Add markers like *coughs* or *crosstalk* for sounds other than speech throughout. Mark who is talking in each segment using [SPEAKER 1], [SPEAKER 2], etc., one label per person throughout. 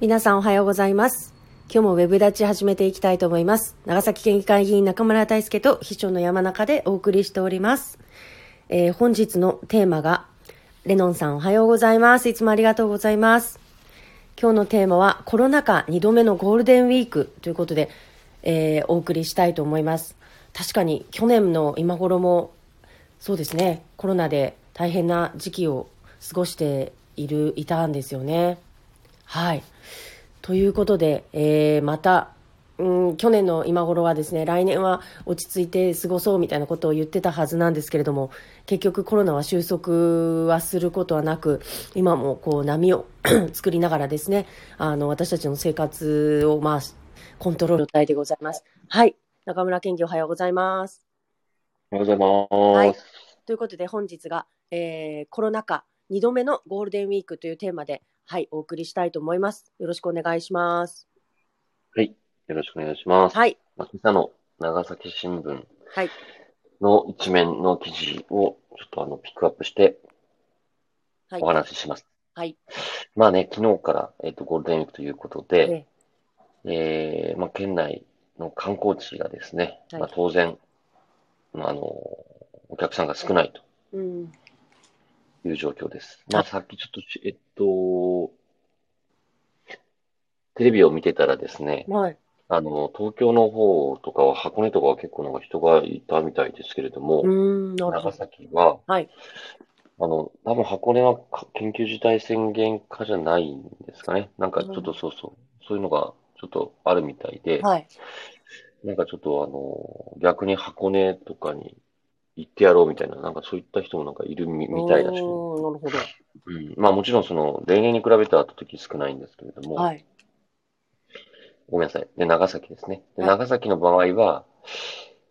[SPEAKER 1] 皆さんおはようございます。今日もウェブ立ち始めていきたいと思います。長崎県議会議員中村大輔と秘書の山中でお送りしております。えー本日のテーマが、レノンさんおはようございます。いつもありがとうございます。今日のテーマはコロナ禍2度目のゴールデンウィークということで、えーお送りしたいと思います。確かに去年の今頃もそうですね、コロナで大変な時期を過ごしている、いたんですよね。はい。ということで、えーまた、うん、去年の今頃はですね、来年は落ち着いて過ごそうみたいなことを言ってたはずなんですけれども、結局コロナは収束はすることはなく、今もこう波を *coughs* 作りながらですね、あの、私たちの生活をまあ、コントロールの状態でございます。はい。中村県議おはようございます。
[SPEAKER 2] おはようございます。
[SPEAKER 1] ということで本日が、えーコロナ禍2度目のゴールデンウィークというテーマで、はい、お送りしたいと思います。よろしくお願いします。
[SPEAKER 2] はい、よろしくお願いします。
[SPEAKER 1] はい、
[SPEAKER 2] まあ今朝の長崎新聞
[SPEAKER 1] はい、
[SPEAKER 2] の一面の記事をちょっとあのピックアップして
[SPEAKER 1] はい
[SPEAKER 2] お、話しします。
[SPEAKER 1] はい、
[SPEAKER 2] まあね、昨日から、えっとゴールデンウィークということで、
[SPEAKER 1] え
[SPEAKER 2] えーまあ、県内の観光地がですね、
[SPEAKER 1] はい
[SPEAKER 2] まあ、当然、まあ、あのお客さんが少ないと
[SPEAKER 1] えうん、
[SPEAKER 2] いう状況です。まあ、
[SPEAKER 1] はい
[SPEAKER 2] さっきちょっとし、えっと、テレビを見てたらですね、
[SPEAKER 1] はい、
[SPEAKER 2] あの、東京の方とかは、箱根とかは結構なんか人がいたみたいですけれども
[SPEAKER 1] う、ーん、なるほ
[SPEAKER 2] 長
[SPEAKER 1] ど。
[SPEAKER 2] 崎は、
[SPEAKER 1] はい
[SPEAKER 2] あの、多分箱根はか緊急事態宣言下じゃないんですかね。なんかちょっとそうそう、そういうのがちょっとあるみたいで、
[SPEAKER 1] はい、
[SPEAKER 2] なんかちょっとあの、逆に箱根とかに行ってやろうみたいな、なんかそういった人もなんかいるみ、みたいだしね、
[SPEAKER 1] おーなるほ
[SPEAKER 2] うん。まあもちろんその、例年に比べたら圧倒的に少ないんですけれど
[SPEAKER 1] ど。
[SPEAKER 2] も、
[SPEAKER 1] はい、
[SPEAKER 2] ごめんなさい。で、長崎ですね。で、
[SPEAKER 1] はい
[SPEAKER 2] 長崎の場合は、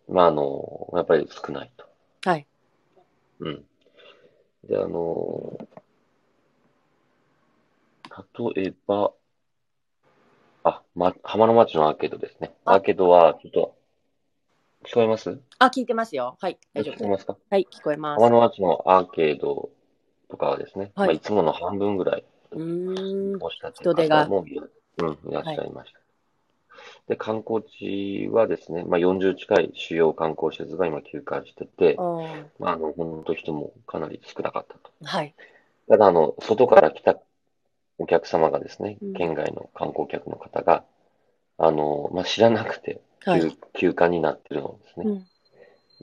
[SPEAKER 2] まあ、あの、やっぱり少ないと。
[SPEAKER 1] はい、
[SPEAKER 2] うん。で、あの、例えば、あ、ま、浜の町のアーケードですね。
[SPEAKER 1] あ
[SPEAKER 2] アーケードは、ちょっと、聞こえます
[SPEAKER 1] あ、聞いてますよ。はい、大丈
[SPEAKER 2] 聞
[SPEAKER 1] 夫
[SPEAKER 2] こえ
[SPEAKER 1] です。
[SPEAKER 2] ますか
[SPEAKER 1] はい、聞こえます
[SPEAKER 2] 浜。の町のアーケードとかはですね、
[SPEAKER 1] はい
[SPEAKER 2] まあ、いつもの半分ぐらい、
[SPEAKER 1] うーん、
[SPEAKER 2] おっしゃって
[SPEAKER 1] 人手が
[SPEAKER 2] 方もいらうん、いらっしゃいました。で、観光地はですね、まあ、40近い主要観光施設が今休館してて
[SPEAKER 1] あ、ー
[SPEAKER 2] まあ、あの、本当人もかなり少なかったと。
[SPEAKER 1] はい、
[SPEAKER 2] ただ、あの、外から来たお客様がですね
[SPEAKER 1] うん、
[SPEAKER 2] 県外の観光客の方が、あの、まあ、知らなくて
[SPEAKER 1] は
[SPEAKER 2] 休
[SPEAKER 1] い、、
[SPEAKER 2] 休館になってるのをです
[SPEAKER 1] う
[SPEAKER 2] ね、
[SPEAKER 1] ん。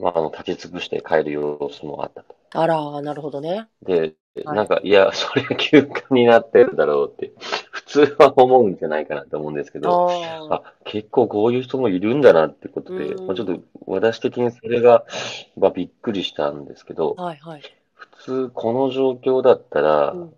[SPEAKER 2] まあ、あの、立ち尽くして帰る様子もあったと。
[SPEAKER 1] あらー、なるほどね。
[SPEAKER 2] で、
[SPEAKER 1] はい
[SPEAKER 2] なんか、いや、それ休館になってるだろうって、普通は思うんじゃないかなと思うんですけど、
[SPEAKER 1] ああ、
[SPEAKER 2] あ、結構こういう人もいるんだなってことで、
[SPEAKER 1] うん
[SPEAKER 2] まあ、ちょっと私的にそれが、まあ、びっくりしたんですけど、
[SPEAKER 1] はい、はい。
[SPEAKER 2] 普通この状況だったら
[SPEAKER 1] う、ん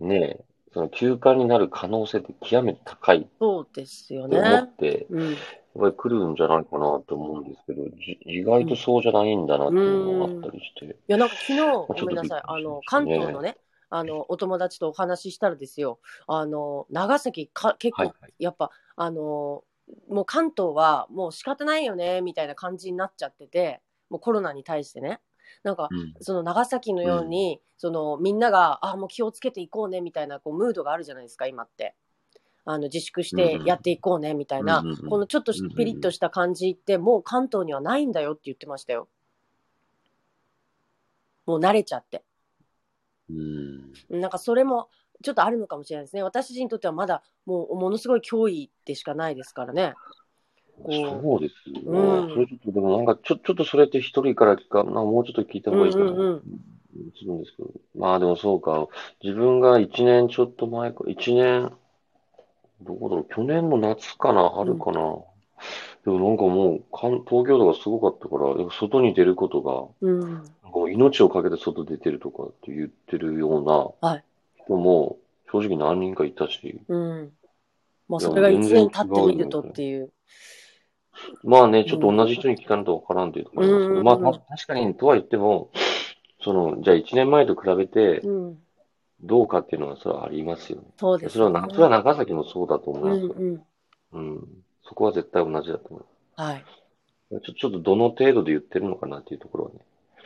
[SPEAKER 2] ねえ、その休館になる可能性って極めて高い
[SPEAKER 1] そうですよ
[SPEAKER 2] と思っ
[SPEAKER 1] ね。
[SPEAKER 2] て、やっ
[SPEAKER 1] うん、
[SPEAKER 2] ぱり来るんじゃないかなと思うんですけど、じ意外とそうじゃないんだなっていうのがあったりして、
[SPEAKER 1] いや、なんか昨日、ご
[SPEAKER 2] ちょっと
[SPEAKER 1] めんなさい、あ
[SPEAKER 2] びっくりしまし
[SPEAKER 1] の、関東
[SPEAKER 2] たね
[SPEAKER 1] のね、あの、お友達とお話ししたらですよ、あの、長崎か、結
[SPEAKER 2] はい
[SPEAKER 1] 構、
[SPEAKER 2] はい。
[SPEAKER 1] やっぱ、あの、もう関東はもう仕方ないよね、みたいな感じになっちゃってて、もうコロナに対してね。なんか、
[SPEAKER 2] うん
[SPEAKER 1] その長崎のように、そのみんながあもう気をつけていこうねみたいなこうムードがあるじゃないですか今ってあの自粛してやっていこうねみたいな、
[SPEAKER 2] うんうんうん
[SPEAKER 1] このちょっとし
[SPEAKER 2] うんうんうん
[SPEAKER 1] ピリッとした感じってもう関東にはないんだよって言ってましたよもう慣れちゃって
[SPEAKER 2] うん
[SPEAKER 1] なんかそれもちょっとあるのかもしれないですね私たちにとってはまだもうものすごい脅威でしかないですからねこ
[SPEAKER 2] そうですよね。
[SPEAKER 1] うん
[SPEAKER 2] それちょっと、でもなんか、ちょ、ちょっとそれって一人から聞か、なんかもうちょっと聞いた方がいいかな。
[SPEAKER 1] うんうんうん
[SPEAKER 2] するんですけど。まあでもそうか。自分が一年ちょっと前か、一年、どこだろう、去年の夏かな、春かな。でもなんかもう、かん東京とかすごかったから、でも外に出ることが、
[SPEAKER 1] う、うん、
[SPEAKER 2] なんかもう命をかけて外出てるとかって言ってるよう
[SPEAKER 1] は
[SPEAKER 2] ない人も、正直何人かいたし、
[SPEAKER 1] うん、まあ
[SPEAKER 2] いや
[SPEAKER 1] それが1
[SPEAKER 2] 全然
[SPEAKER 1] 年経ってみるとっていう
[SPEAKER 2] まあね、ちょっと同じ人に聞かないとわからんというところなんですけ
[SPEAKER 1] うん
[SPEAKER 2] ど、まあた確かにとは言っても、その、じゃあ一年前と比べて
[SPEAKER 1] うん、
[SPEAKER 2] どうかっていうのはそれはありますよね。
[SPEAKER 1] そうです
[SPEAKER 2] それはな、それは長崎もそうだと思
[SPEAKER 1] う
[SPEAKER 2] いま
[SPEAKER 1] ん
[SPEAKER 2] すよ。
[SPEAKER 1] うん
[SPEAKER 2] うん。そこは絶対同じだと思
[SPEAKER 1] はい、
[SPEAKER 2] う。ちょ、ちょっとどの程度で言ってるのかなっていうところはね、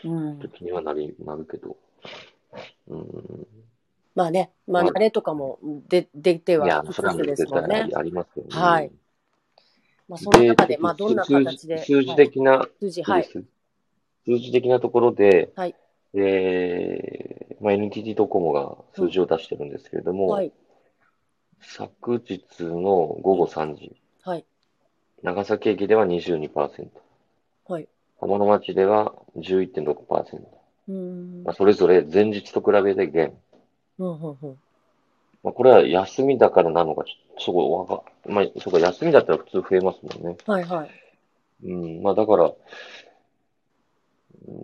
[SPEAKER 1] うん
[SPEAKER 2] ちょっと気にはなり、なるけど。うん。
[SPEAKER 1] まあね、まあ、
[SPEAKER 2] うん
[SPEAKER 1] 慣れとかも出出て
[SPEAKER 2] いや
[SPEAKER 1] は、
[SPEAKER 2] それは
[SPEAKER 1] で
[SPEAKER 2] 絶
[SPEAKER 1] すもん
[SPEAKER 2] 対あ
[SPEAKER 1] ね
[SPEAKER 2] り。ありますよね。
[SPEAKER 1] はい
[SPEAKER 2] うん
[SPEAKER 1] まあ、その中
[SPEAKER 2] ちょっ
[SPEAKER 1] で、
[SPEAKER 2] と
[SPEAKER 1] まあ、どんな
[SPEAKER 2] 数字
[SPEAKER 1] 形で、
[SPEAKER 2] 数字
[SPEAKER 1] はい、
[SPEAKER 2] 的な、
[SPEAKER 1] 数字、はい、
[SPEAKER 2] 数字的なところで、
[SPEAKER 1] はい
[SPEAKER 2] えーまあ、NTT ドコモが数字を出してるんですけれども、
[SPEAKER 1] はい、
[SPEAKER 2] 昨日の午後3時、
[SPEAKER 1] はい、
[SPEAKER 2] 長崎駅では22%、
[SPEAKER 1] はい。
[SPEAKER 2] 浜の町では11.6%、
[SPEAKER 1] うーん
[SPEAKER 2] まあ、それぞれ前日と比べて減。
[SPEAKER 1] うんうんうん
[SPEAKER 2] まあ、これは休みだからなのか、ちょっとそこわか、まあ、そうか、休みだったら普通増えますもんね。
[SPEAKER 1] はい、はい。
[SPEAKER 2] うん、まあだから、うん、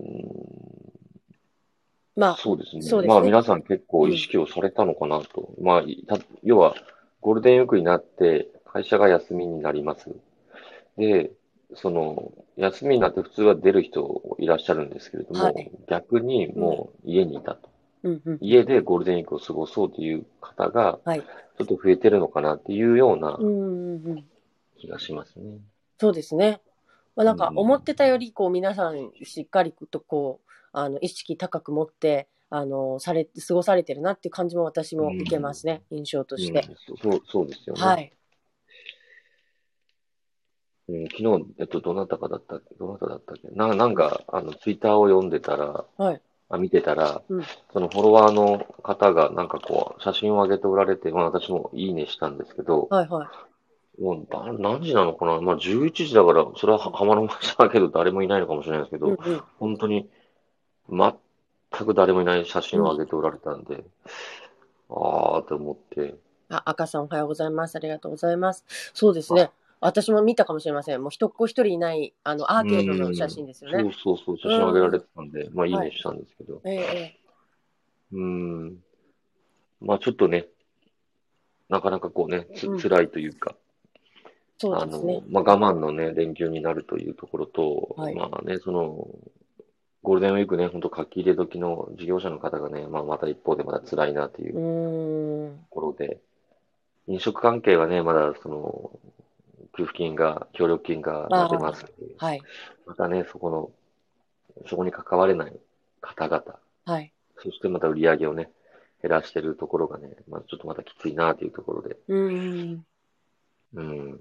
[SPEAKER 1] まあ、
[SPEAKER 2] そうですね。
[SPEAKER 1] そうですね
[SPEAKER 2] まあ皆さん結構意識をされたのかなと。まあ、いた要は、ゴールデンウィークになって、会社が休みになります。で、その、休みになって普通は出る人いらっしゃるんですけれども、
[SPEAKER 1] はい
[SPEAKER 2] 逆にもう家にいたと。
[SPEAKER 1] うんうん。
[SPEAKER 2] 家でゴールデンウィークを過ごそうという方が、
[SPEAKER 1] はい。
[SPEAKER 2] ちょっと増えてるのかなっていうような
[SPEAKER 1] うんうんうん。
[SPEAKER 2] 気がしますね。
[SPEAKER 1] そうですね。まあ、なんか
[SPEAKER 2] うん
[SPEAKER 1] 思ってたよりこう皆さんしっかりとこうあの意識高く持ってあのされ過ごされてるなっていう感じも私も受けますね、印象として。
[SPEAKER 2] うんそう、そうですよね。
[SPEAKER 1] はい。
[SPEAKER 2] うん、昨日、えっと、どなたかだったっけ、どなただったっけ、な、なんか、あの、ツイッターを読んでたら、
[SPEAKER 1] はい。
[SPEAKER 2] あ、見てたら、
[SPEAKER 1] うん
[SPEAKER 2] そのフォロワーの方が、なんかこう、写真を上げておられて、まあ私もいいねしたんですけど、
[SPEAKER 1] はいはい。
[SPEAKER 2] もう、ば何時なのかなまあ11時だから、それはは浜の町だけど、誰もいないのかもしれないですけ
[SPEAKER 1] うんう
[SPEAKER 2] ど、
[SPEAKER 1] ん、
[SPEAKER 2] 本当に、全く誰もいない写真を上げておられたんで、あーって思って、
[SPEAKER 1] あ赤さんおはようございます。ありがとうございます。そうですね。私も見たかもしれません。もう一っ子一人いないあのアーケードの写真ですよ
[SPEAKER 2] う
[SPEAKER 1] ね
[SPEAKER 2] ん。そうそうそう、写真上げられてたんで、まあいいねしたんですけど、
[SPEAKER 1] えええ
[SPEAKER 2] うーん。まあちょっとね、なかなかこうね、つ
[SPEAKER 1] うん
[SPEAKER 2] 辛いというか、
[SPEAKER 1] えそう
[SPEAKER 2] あ
[SPEAKER 1] です
[SPEAKER 2] の
[SPEAKER 1] ね。、
[SPEAKER 2] まあ我慢のね、連休になるというところと、
[SPEAKER 1] はい
[SPEAKER 2] まあね、その、ゴールデンウィークね、本当書き入れ時の事業者の方がね、まあまた一方でまだ辛いなという
[SPEAKER 1] う
[SPEAKER 2] と
[SPEAKER 1] ーん。
[SPEAKER 2] ころで、飲食関係はね、まだその、給付金が、協力金が
[SPEAKER 1] あー
[SPEAKER 2] 出ますので
[SPEAKER 1] はい。
[SPEAKER 2] またね、そこの、そこに関われない方々、
[SPEAKER 1] はい。
[SPEAKER 2] そしてまた売り上げをね、減らしてるところがね、まあ、ちょっとまたきついなというところで、
[SPEAKER 1] うーん。
[SPEAKER 2] うん、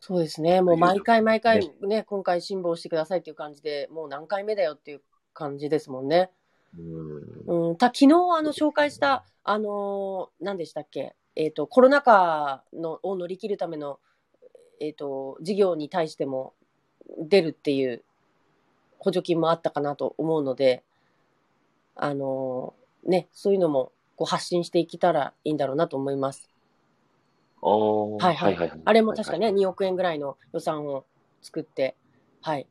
[SPEAKER 1] そうですね、もう毎回毎回
[SPEAKER 2] ね
[SPEAKER 1] ね、今回辛抱してくださいっていう感じで、もう何回目だよっていう感じですもんね。
[SPEAKER 2] うん、
[SPEAKER 1] うん、た昨日あの紹介した、あのー何でしたっけ、えっと、コロナ禍のを乗り切るための、えっと事業に対しても出るっていう補助金もあったかなと思うので、あのーね、そういうのもこう発信していけたらいいんだろうなと思います。
[SPEAKER 2] あー
[SPEAKER 1] はいはい
[SPEAKER 2] はいはい。
[SPEAKER 1] あれも確かね、
[SPEAKER 2] はいはい
[SPEAKER 1] 2億円ぐらいの予算を作って、はい、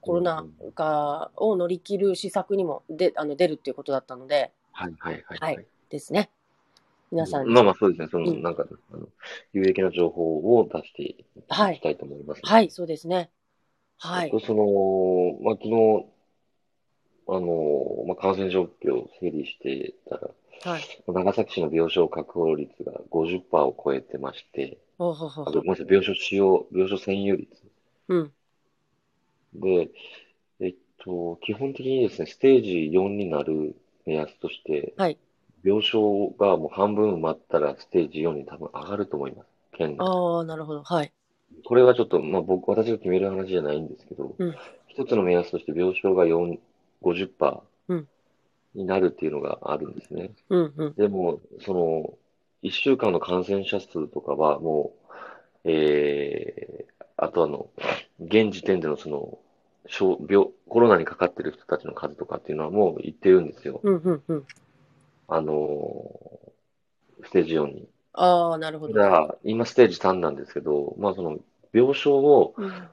[SPEAKER 1] コロナ禍を乗り切る施策にもであの出るっていうことだったので、
[SPEAKER 2] はいはいはい
[SPEAKER 1] はいですね。皆さん、
[SPEAKER 2] まあまあそうですね、その、
[SPEAKER 1] うん
[SPEAKER 2] なんか、あの、有益な情報を出してい
[SPEAKER 1] はい
[SPEAKER 2] きたいと思います。
[SPEAKER 1] はい、そうですね。はい
[SPEAKER 2] えっ、とその、まあ昨日、あの、まあ感染状況を整理してたら、
[SPEAKER 1] はい。
[SPEAKER 2] 長崎市の病床確保率が50%を超えてまして、
[SPEAKER 1] おほほ
[SPEAKER 2] あ
[SPEAKER 1] ほ
[SPEAKER 2] ごめんなさい、病床使用、病床占有率。
[SPEAKER 1] うん、
[SPEAKER 2] で、えっと、基本的にですね、ステージ4になる目安として、
[SPEAKER 1] はい
[SPEAKER 2] 病床がもう半分埋まったら、ステージ4に多分上がると思います。県が。
[SPEAKER 1] ああ、なるほど、はい。
[SPEAKER 2] これはちょっと、まあ僕、私が決める話じゃないんですけど
[SPEAKER 1] うん、
[SPEAKER 2] 一つの目安として病床が4、50%
[SPEAKER 1] うん
[SPEAKER 2] になるっていうのがあるんですね。
[SPEAKER 1] うん、うん、
[SPEAKER 2] でも、その、1週間の感染者数とかは、もう、えー、あとあの、現時点でのその、小病、コロナにかかってる人たちの数とかっていうのはもう言ってるんですよ。
[SPEAKER 1] うん、うん、うん。
[SPEAKER 2] あのーステージ4に。
[SPEAKER 1] ああ、なるほ
[SPEAKER 2] た
[SPEAKER 1] ど。
[SPEAKER 2] だ、今ステージ3なんですけど、まあその、病床を、
[SPEAKER 1] うん、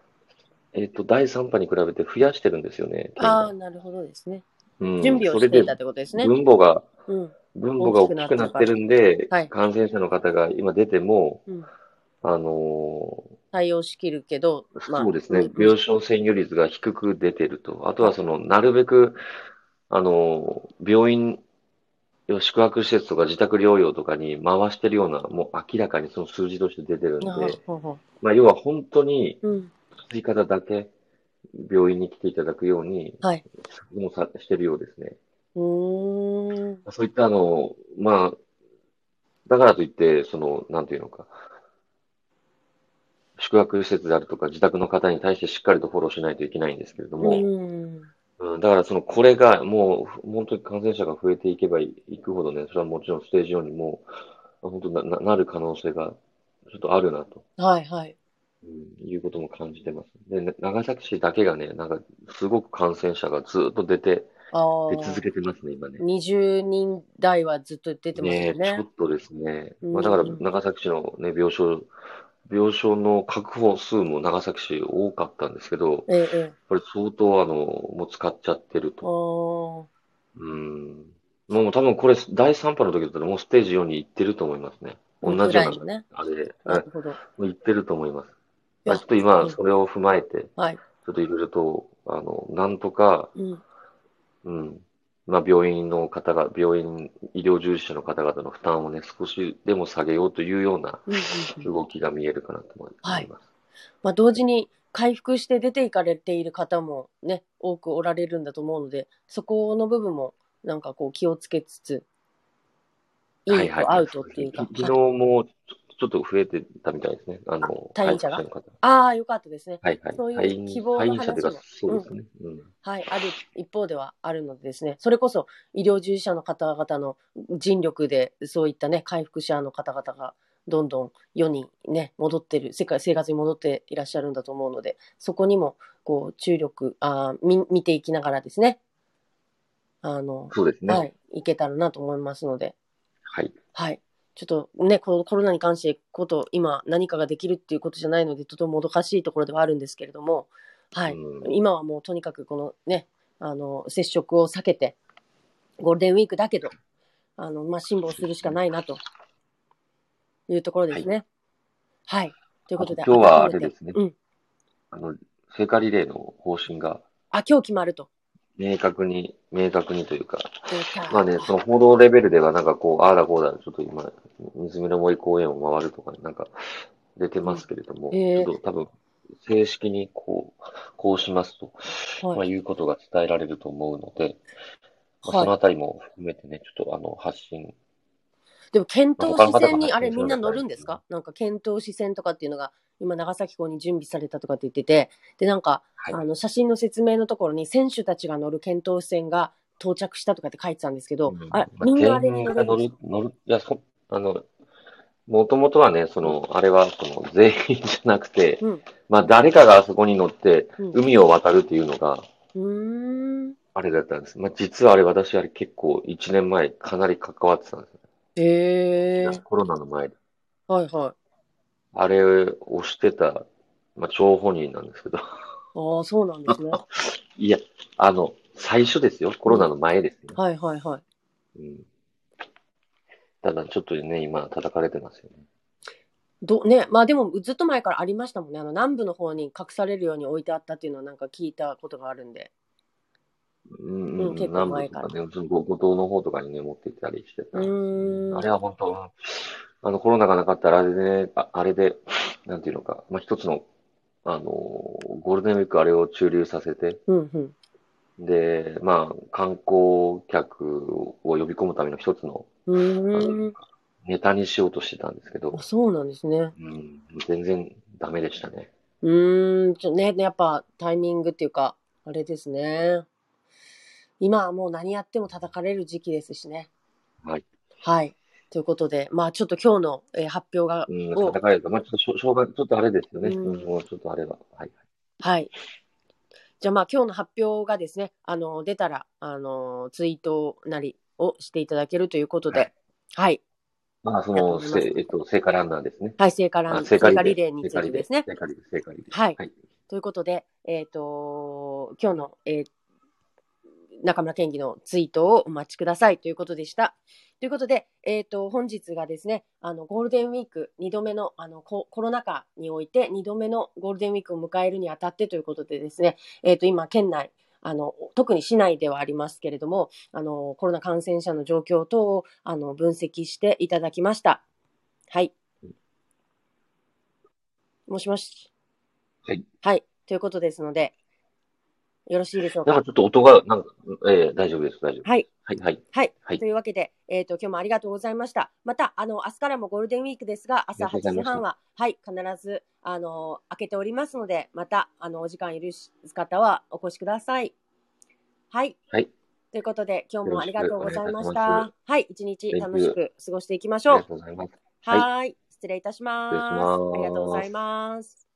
[SPEAKER 2] えっと、第3波に比べて増やしてるんですよね。県
[SPEAKER 1] あ
[SPEAKER 2] が
[SPEAKER 1] あ、なるほどですね。
[SPEAKER 2] うん、
[SPEAKER 1] 準備を
[SPEAKER 2] それ
[SPEAKER 1] していたっ
[SPEAKER 2] で
[SPEAKER 1] てことですね。
[SPEAKER 2] 分母が、
[SPEAKER 1] うん、
[SPEAKER 2] 分母が大きくなってるんで、
[SPEAKER 1] はい
[SPEAKER 2] 感染者の方が今出ても、
[SPEAKER 1] うん。
[SPEAKER 2] あの
[SPEAKER 1] 対応しきるけど、
[SPEAKER 2] ー
[SPEAKER 1] まあ、
[SPEAKER 2] そうですね、
[SPEAKER 1] ん
[SPEAKER 2] 病床占有率が低く出てると。あとは、その、なるべく、あのー病院、要は宿泊施設とか自宅療養とかに回してるような、もう明らかにその数字として出てるんで、
[SPEAKER 1] あーほうほ
[SPEAKER 2] まあ、要は本当に、
[SPEAKER 1] ううん、
[SPEAKER 2] 追加方だけ、病院に来ていただくように、
[SPEAKER 1] はい
[SPEAKER 2] もさしてるようですね。
[SPEAKER 1] うーん。
[SPEAKER 2] そういったあの、まあ、だからといって、その、なんていうのか、宿泊施設であるとか、自宅の方に対してしっかりとフォローしないといけないんですけれど
[SPEAKER 1] う
[SPEAKER 2] も、
[SPEAKER 1] ん。
[SPEAKER 2] うん、だからその、これがもう、本当に感染者が増えていけばいくほどね、それはもちろんステージ4にも、本当な、ななる可能性が、ちょっとあるなと。
[SPEAKER 1] はいはい。
[SPEAKER 2] うんいうことも感じてます。で、な長崎市だけがね、なんか、すごく感染者がずっと出て、
[SPEAKER 1] ああ
[SPEAKER 2] 出。続けてますね、今ね。
[SPEAKER 1] 20人台はずっと出てますよ
[SPEAKER 2] ねえちょ
[SPEAKER 1] ね
[SPEAKER 2] っ。とですね、
[SPEAKER 1] うん
[SPEAKER 2] まあ、だから長崎市の、ね、病床、病床の確保数も長崎市多かったんですけど、
[SPEAKER 1] ええええ。
[SPEAKER 2] これ相当あの、もう使っちゃってる
[SPEAKER 1] あ
[SPEAKER 2] と。
[SPEAKER 1] ー
[SPEAKER 2] うん。もう多分これ第3波の時だったらもうステージ4に行ってると思いますね。同じ
[SPEAKER 1] ぐら
[SPEAKER 2] ような、
[SPEAKER 1] いのね
[SPEAKER 2] あれで、
[SPEAKER 1] な
[SPEAKER 2] はい
[SPEAKER 1] るほど。
[SPEAKER 2] もう行ってると思います。
[SPEAKER 1] いや
[SPEAKER 2] まあちょっと
[SPEAKER 1] う
[SPEAKER 2] 今、
[SPEAKER 1] ん
[SPEAKER 2] それを踏まえて、
[SPEAKER 1] はい。
[SPEAKER 2] ちょっといろいろと、あの、なんとか、
[SPEAKER 1] うん。
[SPEAKER 2] うん。まあ、病院の方が、病院、医療従事者の方々の負担をね、少しでも下げようというような
[SPEAKER 1] うんうんうん
[SPEAKER 2] 動きが見えるかなと思います。
[SPEAKER 1] はいまあ、同時に回復して出ていかれている方もね、多くおられるんだと思うので、そこの部分もなんかこう気をつけつつ、イ
[SPEAKER 2] は
[SPEAKER 1] ン
[SPEAKER 2] いはい
[SPEAKER 1] とアウトっていうか
[SPEAKER 2] き。昨日もちょっと増えてたみたいですね。あの、
[SPEAKER 1] 退院者が
[SPEAKER 2] 回復の方。
[SPEAKER 1] ああ、よかったですね。
[SPEAKER 2] はいはい。
[SPEAKER 1] そういう
[SPEAKER 2] 退院
[SPEAKER 1] 希望の
[SPEAKER 2] 退院者というか
[SPEAKER 1] 話も、
[SPEAKER 2] そうですね。うん。
[SPEAKER 1] はい、ある一方ではあるのでですね、それこそ医療従事者の方々の尽力で、そういったね、回復者の方々がどんどん世にね、戻ってる、世界、生活に戻っていらっしゃるんだと思うので、そこにも、こう、注力、あーみ見ていきながらですね、あの、
[SPEAKER 2] そうですね。
[SPEAKER 1] はい、いけたらなと思いますので、
[SPEAKER 2] はい。
[SPEAKER 1] はい。ちょっとね、このコロナに関してこと、今何かができるっていうことじゃないので、とてももどかしいところではあるんですけれども、はい。
[SPEAKER 2] うん
[SPEAKER 1] 今はもうとにかくこのね、あの、接触を避けて、ゴールデンウィークだけど、あの、まあ、辛抱するしかないなというところですね。はい。ということで、
[SPEAKER 2] あと今日は
[SPEAKER 1] 改めて
[SPEAKER 2] あれですね
[SPEAKER 1] うん。
[SPEAKER 2] あの、聖火リレーの方針が
[SPEAKER 1] あ、今日決まると。
[SPEAKER 2] 明確に、明確にというか、
[SPEAKER 1] 出た
[SPEAKER 2] まあね、その報道レベルではなんかこう、ああだこうだ、ちょっと今、水の森公園を回るとかね、なんか出てますけれども、
[SPEAKER 1] うんへえ
[SPEAKER 2] ちょっと多分、正式にこう、こうしますと、
[SPEAKER 1] はい
[SPEAKER 2] まあ、いうことが伝えられると思うので、まあ
[SPEAKER 1] はい
[SPEAKER 2] そのあたりも含めてね、ちょっとあの、発信、
[SPEAKER 1] でも、検討視線に、
[SPEAKER 2] まあ他の方が
[SPEAKER 1] あれみんな乗るんですかなんか、検討視線とかっていうのが、今、長崎港に準備されたとかって言ってて、で、なんか、
[SPEAKER 2] はい
[SPEAKER 1] あの、写真の説明のところに、選手たちが乗る検討視線が到着したとかって書いてたんですけど、
[SPEAKER 2] うん
[SPEAKER 1] あれ、
[SPEAKER 2] まあ
[SPEAKER 1] みんなあれ
[SPEAKER 2] 全
[SPEAKER 1] に
[SPEAKER 2] 員
[SPEAKER 1] 乗
[SPEAKER 2] が
[SPEAKER 1] れ
[SPEAKER 2] 乗
[SPEAKER 1] るん
[SPEAKER 2] る
[SPEAKER 1] で、
[SPEAKER 2] 乗る、いや、そ、あの、もともとはね、その、あれは、その、全員じゃなくて
[SPEAKER 1] す、か
[SPEAKER 2] まあ、誰かがあそこに乗って、
[SPEAKER 1] うん。
[SPEAKER 2] 海を渡るっていうのが、
[SPEAKER 1] うん。うーん。
[SPEAKER 2] あれだったんです。まあ、実はあれ、私、あれ結構1年前、かなり関わってたんですよ。
[SPEAKER 1] ええー。
[SPEAKER 2] コロナの前で。
[SPEAKER 1] はいはい。
[SPEAKER 2] あれをしてた、まあ、張本人なんですけど。
[SPEAKER 1] ああ、そうなんですね。
[SPEAKER 2] いや、あの、最初ですよ。コロナの前ですね。
[SPEAKER 1] はいはいはい。
[SPEAKER 2] うん。ただ、ちょっとね、今、叩かれてますよね。
[SPEAKER 1] どね、まあでもずっと前からありましたもんね。あの南部の方に隠されるように置いてあったっていうのはなんか聞いたことがあるんで。
[SPEAKER 2] うん、
[SPEAKER 1] うん結構前
[SPEAKER 2] 南部
[SPEAKER 1] か
[SPEAKER 2] と
[SPEAKER 1] ら
[SPEAKER 2] かね、その後藤の方とかにね、持って行ったりしてた。
[SPEAKER 1] うーん。
[SPEAKER 2] あれは本当、うんあの、コロナがなかったら、あれでね、ああれで、なんていうのか、まあ、一つの、あのー、ゴールデンウィークあれを駐留させて、
[SPEAKER 1] うんうん。
[SPEAKER 2] で、まあ、観光客を呼び込むための一つの、
[SPEAKER 1] う
[SPEAKER 2] あの
[SPEAKER 1] ーん。
[SPEAKER 2] ネタにしようとしてたんですけど
[SPEAKER 1] あ、そうなんですね。
[SPEAKER 2] うん、全然ダメでしたね。
[SPEAKER 1] うーん。ちょね、やっぱタイミングっていうか、あれですね。今はもう何やっても叩かれる時期ですしね。
[SPEAKER 2] はい。
[SPEAKER 1] はい。ということで、まあちょっと今日の、えー発表が、
[SPEAKER 2] うん、
[SPEAKER 1] お
[SPEAKER 2] 戦えるか、まあ、ちょっとしょ、しょうが、ちょっとあれですよね。
[SPEAKER 1] うん
[SPEAKER 2] うんもうちょっとあれは、はい。
[SPEAKER 1] はい。じゃあまあ今日の発表がですね、あの、出たら、あの、ツイートなりをしていただけるということで、はい。
[SPEAKER 2] まあ、そ
[SPEAKER 1] ありがとうご
[SPEAKER 2] の、
[SPEAKER 1] ざいます
[SPEAKER 2] せえっと、聖火ランナーですね。
[SPEAKER 1] はい、聖火ラ
[SPEAKER 2] あ
[SPEAKER 1] ン、聖火リレー
[SPEAKER 2] 聖
[SPEAKER 1] に
[SPEAKER 2] 火
[SPEAKER 1] ついてですね。
[SPEAKER 2] 聖火リレー、聖火リレー。
[SPEAKER 1] はい
[SPEAKER 2] はい。
[SPEAKER 1] ということで、えっ、と、今日の、えー中村県議のツイートをお待ちくださいということでした。ということで、えっ、と、本日がですね、あの、ゴールデンウィーク2度目の、あの、ココロナ禍において2度目のゴールデンウィークを迎えるにあたってということでですね、えっ、と、今、県内、あの、特に市内ではありますけれども、あの、コロナ感染者の状況等を、あの、分析していただきました。はい。もしもし。
[SPEAKER 2] はい。
[SPEAKER 1] はい。ということですので、よろしいでしょう
[SPEAKER 2] なん
[SPEAKER 1] か
[SPEAKER 2] か。ちょっと音が、なんか、ええ大丈夫です、大丈夫。
[SPEAKER 1] はい。
[SPEAKER 2] はい、はい。
[SPEAKER 1] はい。
[SPEAKER 2] はい
[SPEAKER 1] というわけで、えっ、と、今日もありがとうございました。また、あの、明日からもゴールデンウィークですが、朝
[SPEAKER 2] あ
[SPEAKER 1] 8
[SPEAKER 2] りがとう
[SPEAKER 1] 時
[SPEAKER 2] ございました
[SPEAKER 1] 半は、はい、必ず、あの、開けておりますので、また、あの、お時間許す方はお越しください。はい。
[SPEAKER 2] はい
[SPEAKER 1] ということで、今日もありがとうございまし
[SPEAKER 2] よろしくお願いいた
[SPEAKER 1] た。はい、一日
[SPEAKER 2] Thank you
[SPEAKER 1] 楽しく過ごしていきまし
[SPEAKER 2] あ
[SPEAKER 1] ょ
[SPEAKER 2] りが
[SPEAKER 1] う
[SPEAKER 2] と。うございます。
[SPEAKER 1] はーい。失礼いたします。
[SPEAKER 2] 失礼しま
[SPEAKER 1] あ
[SPEAKER 2] す
[SPEAKER 1] りがとうございます。